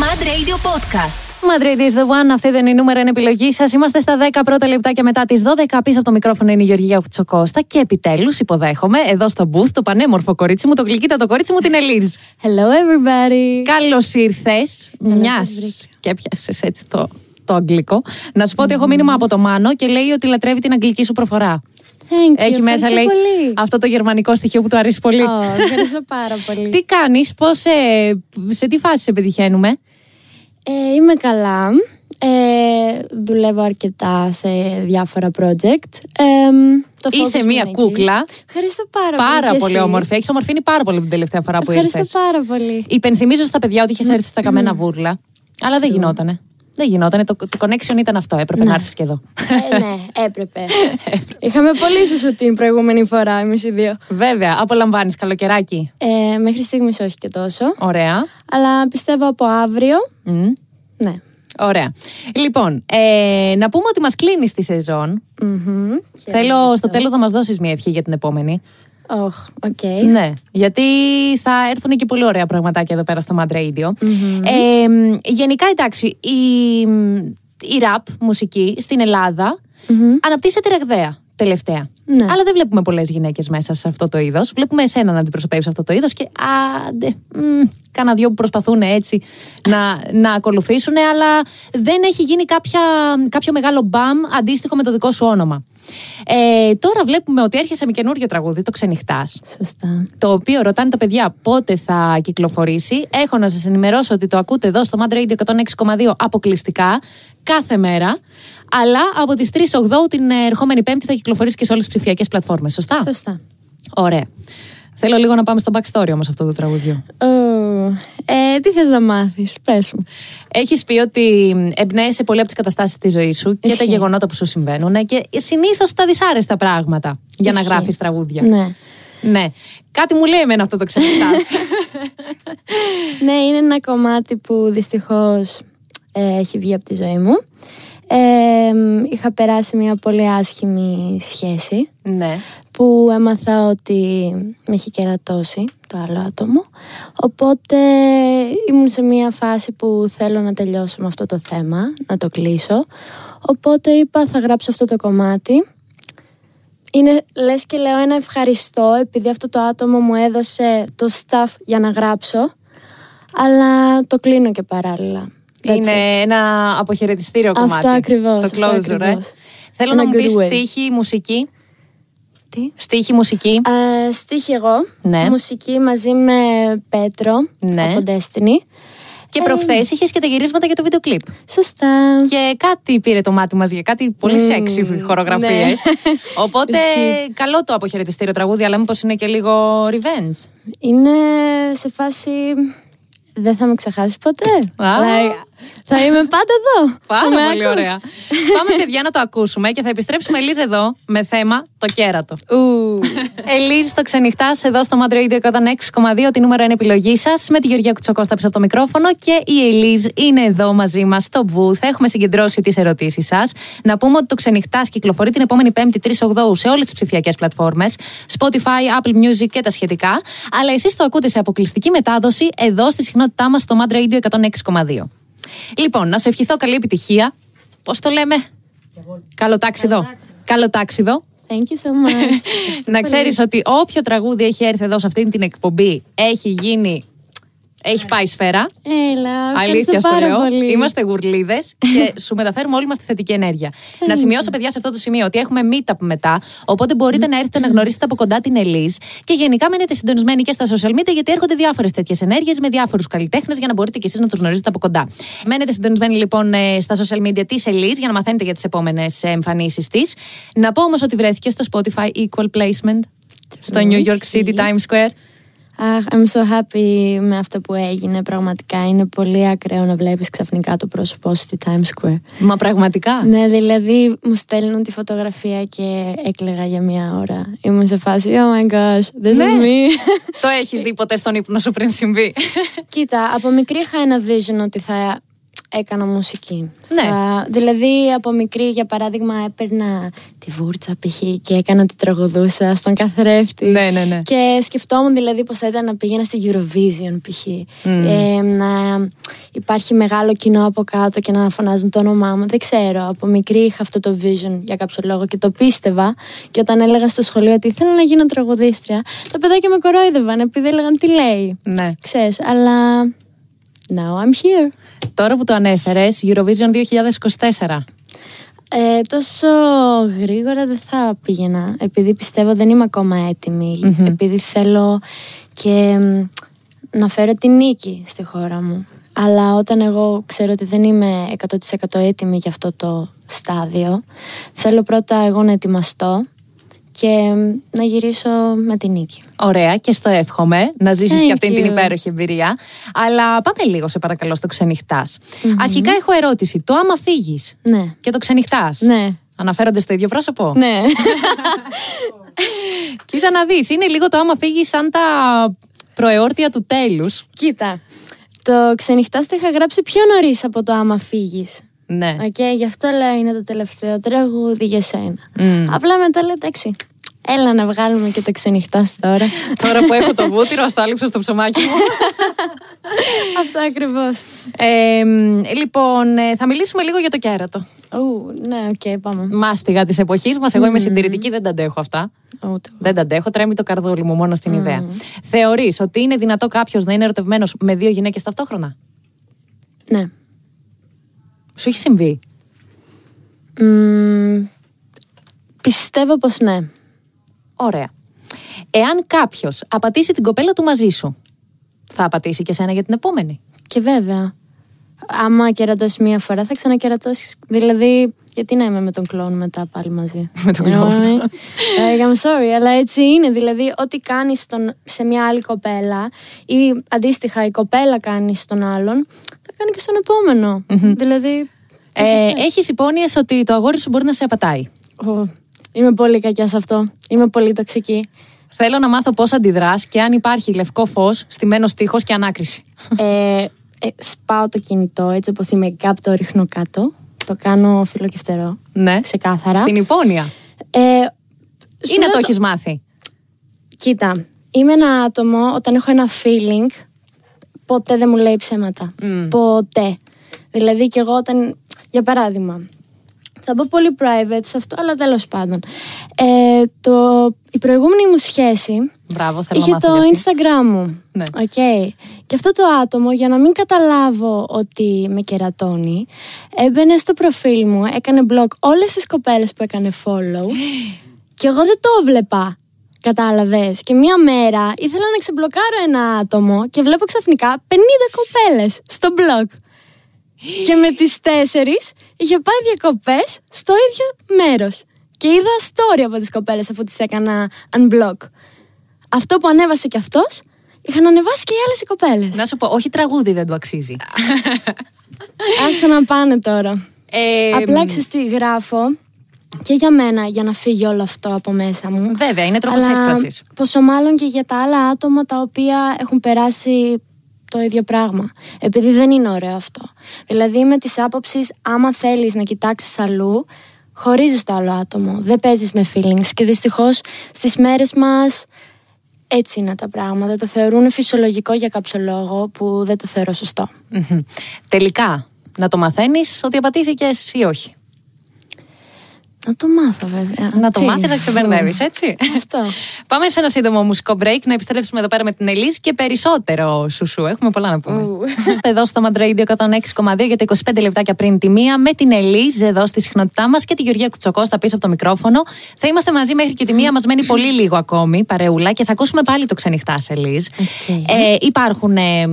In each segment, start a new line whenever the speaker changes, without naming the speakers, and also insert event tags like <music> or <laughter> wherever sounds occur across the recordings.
Mad Radio Podcast.
Mad Radio is the one. Αυτή δεν είναι η νούμερα, είναι επιλογή σας. Είμαστε στα 10 πρώτα λεπτά και μετά τις 12. Πίσω από το μικρόφωνο είναι η Γεωργία Κουτσοκώστα. Και επιτέλους υποδέχομαι εδώ στο booth το πανέμορφο κορίτσι μου, το γλυκύτατο κορίτσι μου, την Ελίζ.
Hello everybody.
Καλώς ήρθες. Μια και πιάσε έτσι το, το αγγλικό. Να σου πω ότι έχω μήνυμα από το Μάνο και λέει ότι λατρεύει την αγγλική σου προφορά.
Thank you.
Έχει μέσα,
Ευχαριστώ
λέει,
<laughs> πολύ.
αυτό το γερμανικό στοιχείο που του αρέσει πολύ.
Ω, ευχαριστώ πάρα πολύ.
Τι κάνεις, σε τι φάση σε πετυχαίνουμε.
Ε, είμαι καλά. Ε, δουλεύω αρκετά σε διάφορα project. Ε, το
Είσαι
focus μου
μία
είναι εκεί.
κούκλα.
Ευχαριστώ πάρα,
Πάρα
πολύ.
πολύ, όμορφη. Έχεις ομορφύνει πάρα πολύ την τελευταία φορά που
Ευχαριστώ
ήρθες.
πάρα <laughs> πολύ.
Υπενθυμίζω στα παιδιά ότι είχες έρθει στα καμένα βούρλα. Αλλά δεν γινότανε. Δεν γινότανε. Το, το connection ήταν αυτό. Έπρεπε να έρθεις και εδώ. <laughs>
ε, ναι, έπρεπε. Είχαμε πολύ σου την προηγούμενη φορά, εμείς οι δύο.
Βέβαια, απολαμβάνεις καλοκαιράκι.
Ε, μέχρι στιγμής όχι και τόσο.
Ωραία.
Αλλά πιστεύω από αύριο.
Μμ.
Ναι.
Ωραία. Λοιπόν, ε, να πούμε ότι μας κλείνεις τη σεζόν.
Μμμ. Και-
Θέλω στο τέλος να μας δώσεις μία ευχή για την επόμενη.
Οχ, οκ.
Ναι, γιατί θα έρθουν και πολύ ωραία πραγματάκια εδώ πέρα στο Mad Radio. Ε, μ, γενικά, εντάξει, η, η rap μουσική στην ελλαδα αναπτύσσεται ραγδαία τελευταία.
Ναι.
Αλλά δεν βλέπουμε πολλές γυναίκες μέσα σε αυτό το είδος. Βλέπουμε εσένα να αντιπροσωπεύεις αυτό το είδος και άντε. μ, Κάνα δυο που προσπαθούν έτσι να, να ακολουθήσουν, αλλά δεν έχει γίνει κάποια, κάποιο μεγάλο μπαμ αντίστοιχο με το δικό σου όνομα. Ε, τώρα βλέπουμε ότι έρχεσαι με καινούριο τραγούδι, το Ξενυχτάς
Σωστά.
το οποίο ρωτάνε τα παιδιά πότε θα κυκλοφορήσει. Έχω να σας ενημερώσω ότι το ακούτε εδώ στο Mad Radio 106,2 αποκλειστικά κάθε μέρα. Αλλά από τις 3 Οκτώου την ε, ερχόμενη Πέμπτη θα κυκλοφορήσει και σε όλες τις ψηφιακές πλατφόρμες Σωστά.
Σωστά.
Ωραία. Θέλω λίγο να πάμε στο backstory όμως αυτού του τραγουδιού.
Ω, ε, τι θες να μάθεις, πες μου.
Έχεις πει ότι εμπνέεσαι πολύ από τις καταστάσεις της ζωής σου και τα
Ισχύει.
γεγονότα που σου συμβαίνουν και συνήθως τα δυσάρεστα πράγματα για να
Ισχύει.
γράφεις τραγούδια.
Ναι.
Ναι. Κάτι μου λέει εμένα αυτό το
<laughs>
ξεχωριτάς.
ναι, είναι ένα κομμάτι που δυστυχώς ε, έχει βγει από τη ζωή μου. Ε, μ, είχα περάσει μια πολύ άσχημη σχέση
ναι.
που έμαθα ότι με έχει κερατώσει το άλλο άτομο. Οπότε ήμουν σε μια φάση που θέλω να τελειώσω με αυτό το θέμα, να το κλείσω. Οπότε είπα θα γράψω αυτό το κομμάτι. Είναι, λες και λέω ένα ευχαριστώ επειδή αυτό το άτομο μου έδωσε το stuff για να γράψω. Αλλά το κλείνω και παράλληλα. That's
Είναι
it.
ένα αποχαιρετιστήριο
Αυτό
κομμάτι.
ακριβώς,
Το
αυτό
closure, ε.
ακριβώς.
Θέλω
Ένα
να μου
good
πεις
way.
στίχη, μουσική.
Τι?
Στίχη, μουσική.
Ε, στίχη εγώ,
Ναι.
μουσική μαζί με Πέτρο
Ναι.
από Destiny. ε.
και προχθές είχες και τα γυρίσματα για το βίντεο κλιπ.
Σωστά.
Και κάτι πήρε το μάτι μας για κάτι πολύ σεξι χορογραφίε.
ναι. <laughs>
Οπότε καλό το αποχαιρετιστήριο τραγούδι, αλλά μήπως είναι και λίγο revenge.
Είναι σε φάση. Δεν θα με ξεχάσεις ποτέ.
Α.
Like, θα είμαι πάντα εδώ. Θα με
Πάρα πολύ
ακούς.
ωραία. Πάμε, παιδιά, να το ακούσουμε και θα επιστρέψουμε Ελίζα εδώ με θέμα το κέρατο. <laughs>
Ου.
Ελίζ, το ξενυχτάς εδώ στο Mad Radio 106,2. Τη νούμερο είναι επιλογή σας. Με τη Γεωργία Κουτσοκώστα πίσω από το μικρόφωνο. Και η Ελίζ είναι εδώ μαζί μας στο booth. Έχουμε συγκεντρώσει τις ερωτήσεις σας. Να πούμε ότι το ξενυχτάς κυκλοφορεί την επόμενη Πέμπτη 3 Οκτώου σε όλες τις ψηφιακές πλατφόρμες. Spotify, Apple Music και τα σχετικά. Αλλά εσείς το ακούτε σε αποκλειστική μετάδοση εδώ στη συχνότητά μας στο Mad Radio 106,2. Λοιπόν, να σου ευχηθώ καλή επιτυχία. Πώς το λέμε, Καλό τάξιδο. Καλό τάξιδο.
Thank you so much.
Να ξέρεις ότι όποιο τραγούδι έχει έρθει εδώ σε αυτή την εκπομπή έχει γίνει. Έχει πάει σφαίρα. <laughs>
Έλα.
Αλήθεια
Αλήθεια
στο
πάρα
λέω.
Πολύ.
Είμαστε γουρλίδες και σου μεταφέρουμε όλη μας τη θετική ενέργεια. να σημειώσω, παιδιά, σε αυτό το σημείο ότι έχουμε meetup μετά. Οπότε μπορείτε να έρθετε να γνωρίσετε από κοντά την Ελίζ. Και γενικά μένετε συντονισμένοι και στα social media, γιατί έρχονται διάφορες τέτοιες ενέργειες με διάφορους καλλιτέχνες για να μπορείτε και εσείς να τους γνωρίζετε από κοντά. Μένετε συντονισμένοι λοιπόν ε, στα social media της Ελίζ για να μαθαίνετε για τις επόμενες εμφανίσεις της. Να πω όμως ότι βρέθηκε στο Spotify Equal Placement στο New York City Times Square.
Αχ, I'm so happy με αυτό που έγινε. Πραγματικά είναι πολύ ακραίο να βλέπεις ξαφνικά το πρόσωπό σου στη Times Square.
Μα πραγματικά.
Ναι, δηλαδή μου στέλνουν τη φωτογραφία και έκλαιγα για μία ώρα. Ήμουν σε φάση, oh my gosh, this
Ναι.
is me.
<laughs> Το έχεις δει ποτέ στον ύπνο σου πριν συμβεί.
<laughs> Κοίτα, από μικρή είχα ένα vision ότι θα έκανα μουσική.
Ναι.
Θα- δηλαδή, από μικρή, για παράδειγμα, έπαιρνα τη βούρτσα π.χ. και έκανα τη τραγουδούσα στον καθρέφτη.
Ναι, ναι, ναι. Mm.
Και σκεφτόμουν δηλαδή πώ θα ήταν να πήγαινα στη Eurovision π.χ. Ε, να υπάρχει μεγάλο κοινό από κάτω και να φωνάζουν το όνομά μου. Δεν ξέρω. Από μικρή είχα αυτό το vision για κάποιο λόγο και το πίστευα. Και όταν έλεγα στο σχολείο ότι θέλω να γίνω τραγουδίστρια, τα παιδάκια με κορόιδευαν επειδή έλεγαν τι λέει.
Ναι.
Ξέρεις, αλλά. Now I'm here.
Τώρα που το ανέφερες, Eurovision 2024.
Ε, τόσο γρήγορα δεν θα πήγαινα, επειδή πιστεύω δεν είμαι ακόμα έτοιμη,
Μμμ.
επειδή θέλω και μ, να φέρω τη νίκη στη χώρα μου. Αλλά όταν εγώ ξέρω ότι δεν είμαι 100% έτοιμη για αυτό το στάδιο, θέλω πρώτα εγώ να ετοιμαστώ και μ, να γυρίσω με τη νίκη.
Ωραία και στο εύχομαι να ζήσεις
Thank
και αυτήν την
you.
υπέροχη εμπειρία. Αλλά πάμε λίγο σε παρακαλώ στο ξενυχτας Αρχικά έχω ερώτηση. Το άμα φύγεις
Ναι.
και το ξενυχτάς
Ναι.
Αναφέρονται στο ίδιο πρόσωπο.
<laughs> Ναι.
Κοίτα να δεις, είναι λίγο το άμα φύγεις σαν τα προεόρτια του τέλους.
Κοίτα. Το ξενυχτάς το είχα γράψει πιο νωρίς από το άμα φύγεις.
Ναι.
Οκ, γι' αυτό λέω είναι το τελευταίο τραγούδι για σένα.
Μμ.
Απλά μετά λέω εντάξει. Έλα να βγάλουμε και το ξενυχτά τώρα.
Τώρα που έχω το βούτυρο, ας το άλυψω στο ψωμάκι μου.
αυτό ακριβώς.
Ε, μ, λοιπόν, ε, θα μιλήσουμε λίγο για το κέρατο.
Ου, ναι, οκ, πάμε.
Μάστιγα της εποχής μας. Εγώ είμαι συντηρητική, δεν τα αντέχω αυτά.
Ούτε.
Δεν τα αντέχω, τρέμει το καρδούλι μου μόνο στην ιδέα. Θεωρείς ότι είναι δυνατό κάποιος να είναι ερωτευμένος με δύο γυναίκες ταυτόχρονα.
Ναι.
Σου έχει συμβεί.
Μμμ, πιστεύω πως ναι.
Ωραία. Εάν κάποιος απατήσει την κοπέλα του μαζί σου, θα απατήσει και σένα για την επόμενη.
Και βέβαια, άμα κερατώσεις μία φορά, θα ξανακερατώσεις. Δηλαδή, γιατί να είμαι με τον κλόν μετά πάλι μαζί.
<laughs> Με τον
You know
κλόουν.
what I mean? Like, I'm sorry, αλλά έτσι είναι. Δηλαδή, ό,τι κάνεις σε μία άλλη κοπέλα ή αντίστοιχα η κοπέλα κάνεις στον άλλον, θα κάνει και στον επόμενο. Δηλαδή.
Ε, έχεις υπόνοιες ότι το αγόρι σου μπορεί να σε απατάει.
ω, είμαι πολύ κακιά σε αυτό. Είμαι πολύ
<laughs>
τοξική.
Θέλω να μάθω πώς αντιδράς και αν υπάρχει λευκό φως, στημένος τείχο και ανάκριση.
ε, ε, σπάω το κινητό έτσι όπως είμαι κάπου το ρίχνω κάτω. Το κάνω φιλοκεφτερό.
Ναι.
Ξεκάθαρα.
Στην υπόνοια.
Ε, σου
Ή να
λέω
το έχεις μάθει.
Κοίτα, είμαι ένα άτομο όταν έχω ένα feeling, ποτέ δεν μου λέει ψέματα. Ποτέ. Δηλαδή και εγώ όταν, για παράδειγμα, θα μπω πολύ private σε αυτό, αλλά τέλος πάντων. Ε, το, η προηγούμενη μου σχέση
Μπράβο, θέλω να
είχε
μάθω.
το
για αυτή.
Instagram μου.
Ναι.
Οκ. Και αυτό το άτομο, για να μην καταλάβω ότι με κερατώνει, έμπαινε στο προφίλ μου, έκανε blog όλες τις κοπέλες που έκανε
<gasps>
follow και εγώ δεν το βλέπα. Κατάλαβες. Και μία μέρα ήθελα να ξεμπλοκάρω ένα άτομο και βλέπω ξαφνικά 50 κοπέλες στο blog. Και με τις τέσσερις είχε πάει διακοπές στο ίδιο μέρος. Και είδα story από τις κοπέλες αφού τις έκανα unblock. Αυτό που ανέβασε κι αυτός, είχαν ανεβάσει και οι άλλες οι κοπέλες.
Να σου πω, όχι τραγούδι δεν του αξίζει.
Άρχισαν να πάνε τώρα.
Ε,
Απλά ξέρεις τι γράφω και για μένα για να φύγει όλο αυτό από μέσα μου.
Βέβαια, είναι τρόπος
Αλλά
έκφρασης.
Πόσο μάλλον και για τα άλλα άτομα τα οποία έχουν περάσει το ίδιο πράγμα. Επειδή δεν είναι ωραίο αυτό. Δηλαδή, είμαι της άποψης, άμα θέλεις να κοιτάξεις αλλού, χωρίζεις το άλλο άτομο. Δεν παίζεις με feelings. Και δυστυχώς στις μέρες μας έτσι είναι τα πράγματα. Το θεωρούν φυσιολογικό για κάποιο λόγο που δεν το θεωρώ σωστό.
Τελικά, να το μαθαίνεις ότι απατήθηκες ή όχι.
Να το μάθω, βέβαια.
Να το
Τι?
μάθεις να ξεπερνεύει, έτσι.
Αυτό.
Πάμε σε ένα σύντομο μουσικό break να επιστρέψουμε εδώ πέρα με την Ελίζ και περισσότερο σουσού. Έχουμε πολλά να πούμε. <laughs> εδώ στο Mad Radio 106,2 για τα 25 λεπτάκια πριν τη μία με την Ελίζ εδώ στη συχνότητά μας και τη Γεωργία Κουτσοκώστα πίσω από το μικρόφωνο. Θα είμαστε μαζί μέχρι και τη μία, μας μένει πολύ λίγο ακόμη παρεούλα και θα ακούσουμε πάλι το ξενυχτά Ελίζ.
Οκ.
Ε, υπάρχουν ε,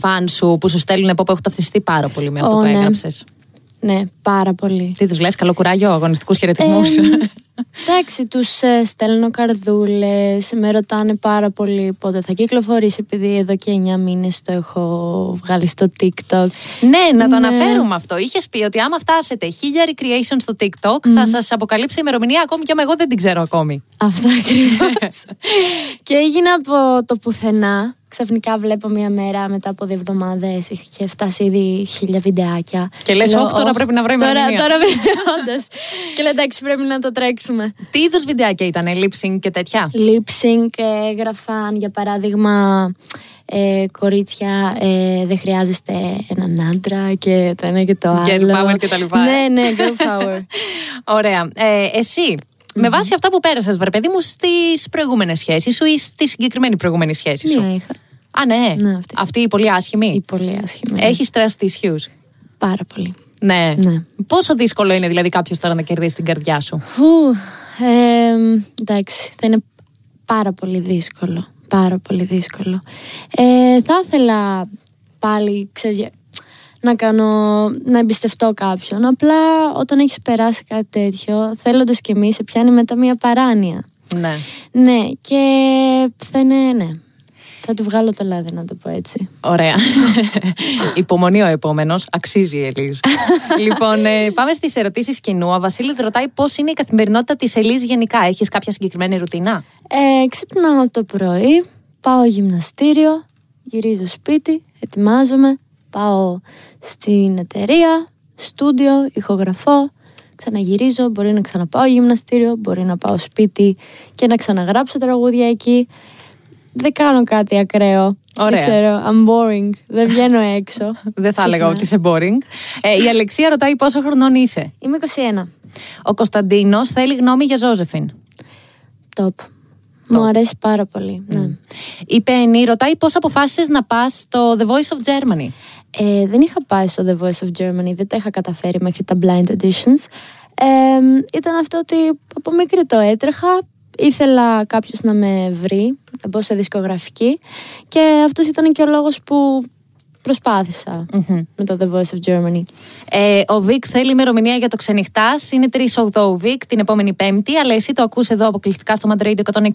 φαν σου που σου στέλνουν που έχω ταυτιστεί πάρα πολύ με αυτό
Ω,
που
ναι.
έγραψες.
Ναι, πάρα πολύ.
Τι τους λες, καλό κουράγιο, αγωνιστικούς χαιρετισμούς. <laughs>
Ε, Εντάξει, τους στέλνω καρδούλες. Με ρωτάνε πάρα πολύ πότε θα κυκλοφορήσει, επειδή εδώ και 9 μήνες το έχω βγάλει στο TikTok.
Ναι, να το αναφέρουμε αυτό. Είχες πει ότι άμα φτάσετε χίλια recreation στο TikTok θα σα αποκαλύψω ημερομηνία ακόμη και άμα εγώ δεν την ξέρω ακόμη. <laughs>
Αυτό ακριβώς. και έγινα από το πουθενά ξαφνικά βλέπω μία μέρα μετά από δύο εβδομάδες είχε φτάσει ήδη χίλια βιντεάκια.
Και λες, Όχι, τώρα πρέπει να βρω
Τώρα,
ημερομηνία.
τώρα πρέπει, όντως. Και λέει, εντάξει, πρέπει να το τρέξουμε.
Τι είδους βιντεάκια ήταν, lip sync και τέτοια.
Lip sync ε, έγραφαν, για παράδειγμα, ε, κορίτσια, ε, δεν χρειάζεστε έναν άντρα και το ένα και το άλλο.
Girl power και τα λοιπά, ε.
Ναι, ναι, girl power.
Ωραία. Ε, εσύ, με βάση αυτά που πέρασες, βρε παιδί μου, στις προηγούμενες σχέσεις σου ή στη συγκεκριμένη προηγούμενη σχέση <laughs> σου.
Μία Ναι, είχα.
Α, ναι.
Ναι, αυτή.
η πολύ
Ή
άσχημη.
πολύ άσχημα.
Έχεις trust issues.
Πάρα πολύ.
Ναι.
Ναι.
Πόσο δύσκολο είναι δηλαδή κάποιος τώρα να κερδίσει την καρδιά σου.
Φου, ε, εντάξει, θα είναι πάρα πολύ δύσκολο. Πάρα πολύ δύσκολο. Ε, θα ήθελα πάλι, ξέρεις, για- να κάνω, να εμπιστευτώ κάποιον. Απλά όταν έχεις περάσει κάτι τέτοιο, θέλοντας και εμείς, σε πιάνει μετά μια παράνοια.
Ναι.
Ναι, και θα είναι, ναι. Θα του βγάλω το λάδι, να το πω έτσι.
Ωραία. <laughs> Υπομονή ο επόμενος. Αξίζει η Ελίζ. λοιπόν, ε, πάμε στις ερωτήσεις κοινού. Ο Βασίλης ρωτάει πώς είναι η καθημερινότητα της Ελίζ γενικά. Έχεις κάποια συγκεκριμένη ρουτίνα.
Ε, ξυπνάω το πρωί, πάω γυμναστήριο, γυρίζω σπίτι, ετοιμάζομαι, πάω στην εταιρεία, στούντιο, ηχογραφώ, ξαναγυρίζω, μπορεί να ξαναπάω γυμναστήριο, μπορεί να πάω σπίτι και να ξαναγράψω τραγούδια εκεί. Δεν κάνω κάτι ακραίο.
Ωραία.
Δεν ξέρω, I'm boring. Δεν
<laughs>
βγαίνω έξω.
Δεν θα έλεγα
Συχνά.
ότι είσαι boring. Ε, η Αλεξία ρωτάει πόσο χρονών είσαι.
Είμαι 21.
Ο Κωνσταντίνος θέλει γνώμη για Ζώζεφιν.
Top. Μου αρέσει πάρα πολύ. Ναι.
Η Πέννη ρωτάει πώς αποφάσισες να πας στο The Voice of Germany.
Ε, δεν είχα πάει στο The Voice of Germany, δεν τα είχα καταφέρει μέχρι τα blind auditions. Ε, ήταν αυτό ότι από μικρή το έτρεχα, ήθελα κάποιος να με βρει, να μπω σε δισκογραφική και αυτός ήταν και ο λόγος που προσπάθησα με το The Voice of Germany.
Ε, ο Βικ θέλει ημερομηνία για το ξενυχτάς. Είναι 3-8 ο Βικ την επόμενη Πέμπτη. Αλλά εσύ το ακούς εδώ αποκλειστικά στο Mad Radio 106,2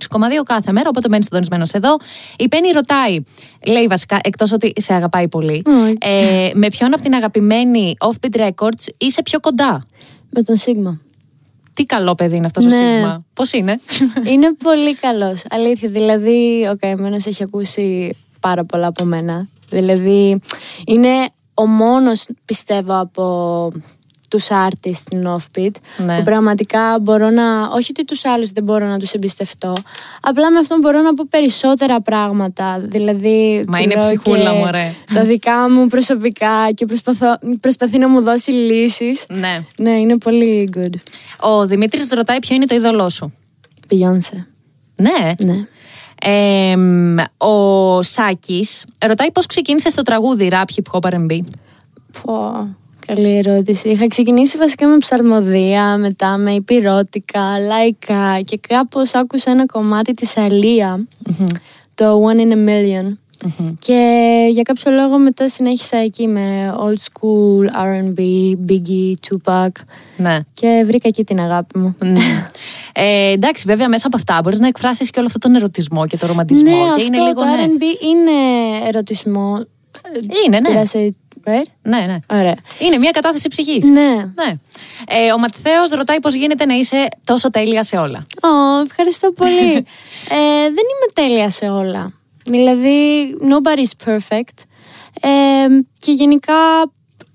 κάθε μέρα. Οπότε μένεις συντονισμένος εδώ. Η Πέννη ρωτάει, λέει βασικά, εκτός ότι σε αγαπάει πολύ,
Mm.
ε, με ποιον από την αγαπημένη Offbeat Records είσαι πιο κοντά.
Με τον Σίγμα.
Τι καλό παιδί είναι αυτός ο
Ναι.
Σίγμα. Πώς είναι.
Είναι πολύ καλός, αλήθεια. Δηλαδή, ο καημένος έχει ακούσει πάρα πολλά από μένα. Δηλαδή, είναι ο μόνος, πιστεύω, από τους artists στην Offbeat
Ναι.
που πραγματικά μπορώ να... Όχι ότι τους άλλους δεν μπορώ να τους εμπιστευτώ, απλά με αυτόν μπορώ να πω περισσότερα πράγματα. Δηλαδή,
Μα
του
είναι
λέω
ψυχούλα,
και
μωρέ.
Τα δικά μου προσωπικά και προσπαθώ, προσπαθεί να μου δώσει λύσεις.
ναι.
Ναι, είναι πολύ good.
Ο Δημήτρης ρωτάει ποιο είναι το είδωλό σου.
Beyoncé.
Ναι.
Ναι.
Ε, μ, ο Σάκης ρωτάει πώς ξεκίνησε το τραγούδι rap hip hop RB.
Πω, καλή ερώτηση. Είχα ξεκινήσει βασικά με ψαρμοδία, μετά με υπηρώτικα, λαϊκά και κάπως άκουσα ένα κομμάτι της αλια το One in a Million. Και για κάποιο λόγο μετά συνέχισα εκεί με old school, R&B, Biggie, Tupac
Ναι.
και βρήκα εκεί την αγάπη μου.
Ναι. Ε, εντάξει, βέβαια μέσα από αυτά μπορείς να εκφράσεις και όλο αυτόν τον ερωτισμό και τον ρομαντισμό.
ναι,
και
αυτό
είναι λίγο.
το
Ναι.
R&B είναι ερωτισμό.
Είναι, ναι.
Did I say it right?
ναι, ναι.
Ωραία.
Είναι μια κατάθεση ψυχής.
Ναι.
Ναι. Ε, ο Ματθέο ρωτάει πώς γίνεται να είσαι τόσο τέλεια σε όλα.
Ω, ευχαριστώ πολύ. ε, δεν είμαι τέλεια σε όλα. Δηλαδή, nobody's perfect. Ε, και γενικά,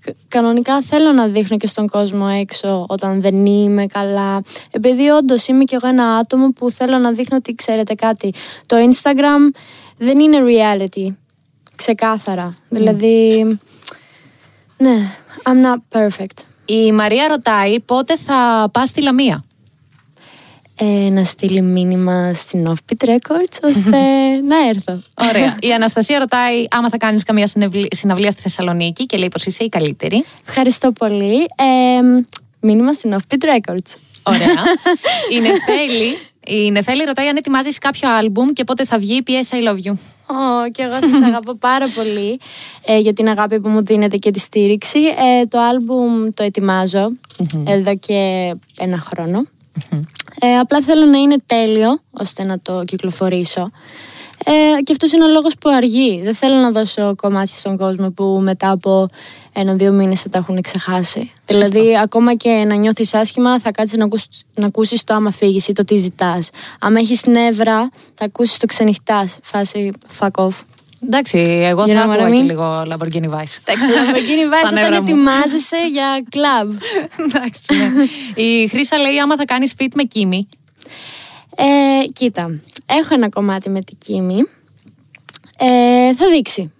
κα- κανονικά θέλω να δείχνω και στον κόσμο έξω όταν δεν είμαι καλά. Επειδή όντως είμαι κι εγώ ένα άτομο που θέλω να δείχνω ότι ξέρετε κάτι. Το Instagram δεν είναι reality. Ξεκάθαρα. Δηλαδή, ναι, I'm not perfect.
Η Μαρία ρωτάει πότε θα πας στη Λαμία.
ε, να στείλει μήνυμα στην Offbeat Records ώστε <laughs> να έρθω.
Ωραία. <laughs> Η Αναστασία ρωτάει άμα θα κάνεις καμία συνευλη- συναυλία στη Θεσσαλονίκη και λέει πως είσαι η καλύτερη.
Ευχαριστώ πολύ. Ε, μήνυμα στην Offbeat Records. <laughs>
Ωραία. η Νεφέλη. Η Νεφέλη ρωτάει αν ετοιμάζεις κάποιο άλμπουμ και πότε θα βγει η PS I Love You.
Ω, και εγώ <laughs> σας αγαπώ πάρα πολύ ε, για την αγάπη που μου δίνετε και τη στήριξη. Ε, το άλμπουμ το ετοιμαζω εδώ και ένα χρονο Ε, απλά θέλω να είναι τέλειο ώστε να το κυκλοφορήσω. Ε, και αυτός είναι ο λόγος που αργεί. Δεν θέλω να δώσω κομμάτια στον κόσμο που μετά από ένα-δύο μήνες θα τα έχουν ξεχάσει. Δηλαδή, ακόμα και να νιώθεις άσχημα, θα κάτσεις να, ακούς, να ακούσεις το άμα φύγεις ή το τι ζητάς. Αν έχεις νεύρα, θα ακούσεις το ξενυχτάς. Φάση fuck off.
Εντάξει, εγώ
You
θα
know what
άκουγα
I
και
mean?
λίγο Lamborghini Vice.
Εντάξει, Lamborghini
ναι. Στα
Vice όταν
νεύρα μου.
ετοιμάζεσαι για κλαμπ.
<laughs> Εντάξει, ναι. Η Χρύσα λέει άμα θα κάνεις fit με Κίμη.
Ε, κοίτα, έχω ένα κομμάτι με την Κίμη. Ε, θα δείξει.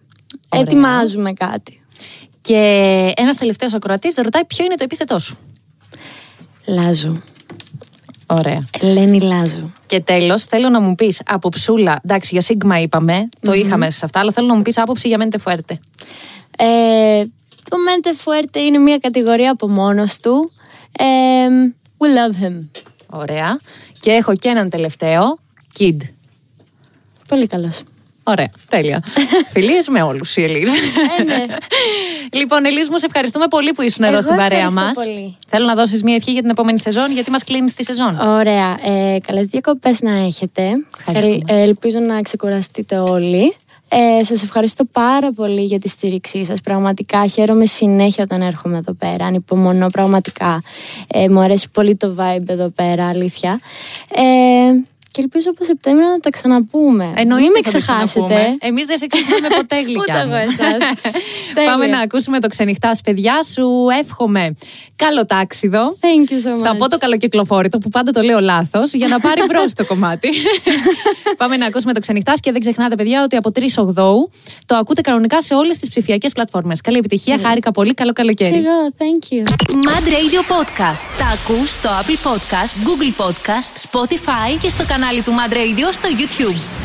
Ωραία.
Ετοιμάζουμε κάτι.
Και ένας τελευταίος ακροατής ρωτάει ποιο είναι το επίθετό σου.
Λάζου.
Ωραία.
Ελένη Λάζου.
Και τέλος, θέλω να μου πεις αποψούλα. Εντάξει, για Σίγμα είπαμε, το είχαμε σε αυτά, αλλά θέλω να μου πεις άποψη για Μέντε Φουέρτε.
Ε, το Mente Fuerte είναι μια κατηγορία από μόνος του. Ε, we love him.
Ωραία. Και έχω και έναν τελευταίο, Kid.
Πολύ καλός.
Ωραία,
<laughs>
τέλεια. Φιλίες με όλους, η Ελίζ. λοιπόν, Ελίζ, μου σε ευχαριστούμε πολύ που ήσουν εδώ
Ε, ναι. Εγώ
στην παρέα
ευχαριστώ
μας.
πολύ.
Θέλω να δώσεις μια ευχή για την επόμενη σεζόν, γιατί μας κλείνει τη σεζόν.
Ωραία. Ε, καλές διακοπές να έχετε.
Ευχαριστούμε.
Καλ- ε, ελπίζω να ξεκουραστείτε όλοι. Ε, σας ευχαριστώ πάρα πολύ για τη στήριξή σας. Πραγματικά χαίρομαι συνέχεια όταν έρχομαι εδώ πέρα. Ανυπομονώ πραγματικά. Ε, μου αρέσει πολύ το vibe εδώ πέρα, αλήθεια. Ε, και ελπίζω από Σεπτέμβριο να τα ξαναπούμε.
Εννοείται
Μην
θα
με
το
ξεχάσετε.
ξαναπούμε. Εμείς δεν σε
<laughs>
ξεχνάμε ποτέ γλυκιά.
Ούτε
μου.
εγώ εσάς.
<laughs> Πάμε
Τέλεια.
να ακούσουμε το ξενυχτά, παιδιά σου. Εύχομαι καλό τάξιδο.
Thank you so much.
Θα πω το καλοκυκλοφόρητο που πάντα το λέω λάθος για να πάρει μπρος το κομμάτι. Πάμε να ακούσουμε το ξενυχτάς και δεν ξεχνάτε, παιδιά, ότι από 3 Ογδόου το ακούτε κανονικά σε όλες τις ψηφιακές πλατφόρμες. Καλή επιτυχία, χάρηκα πολύ, καλό
Και
καλοκαίρι.
εγώ, thank you.
Mad Radio Podcast. Τα ακούς στο Apple Podcast, Google Podcast, Spotify και στο κανάλι του Mad Radio στο YouTube.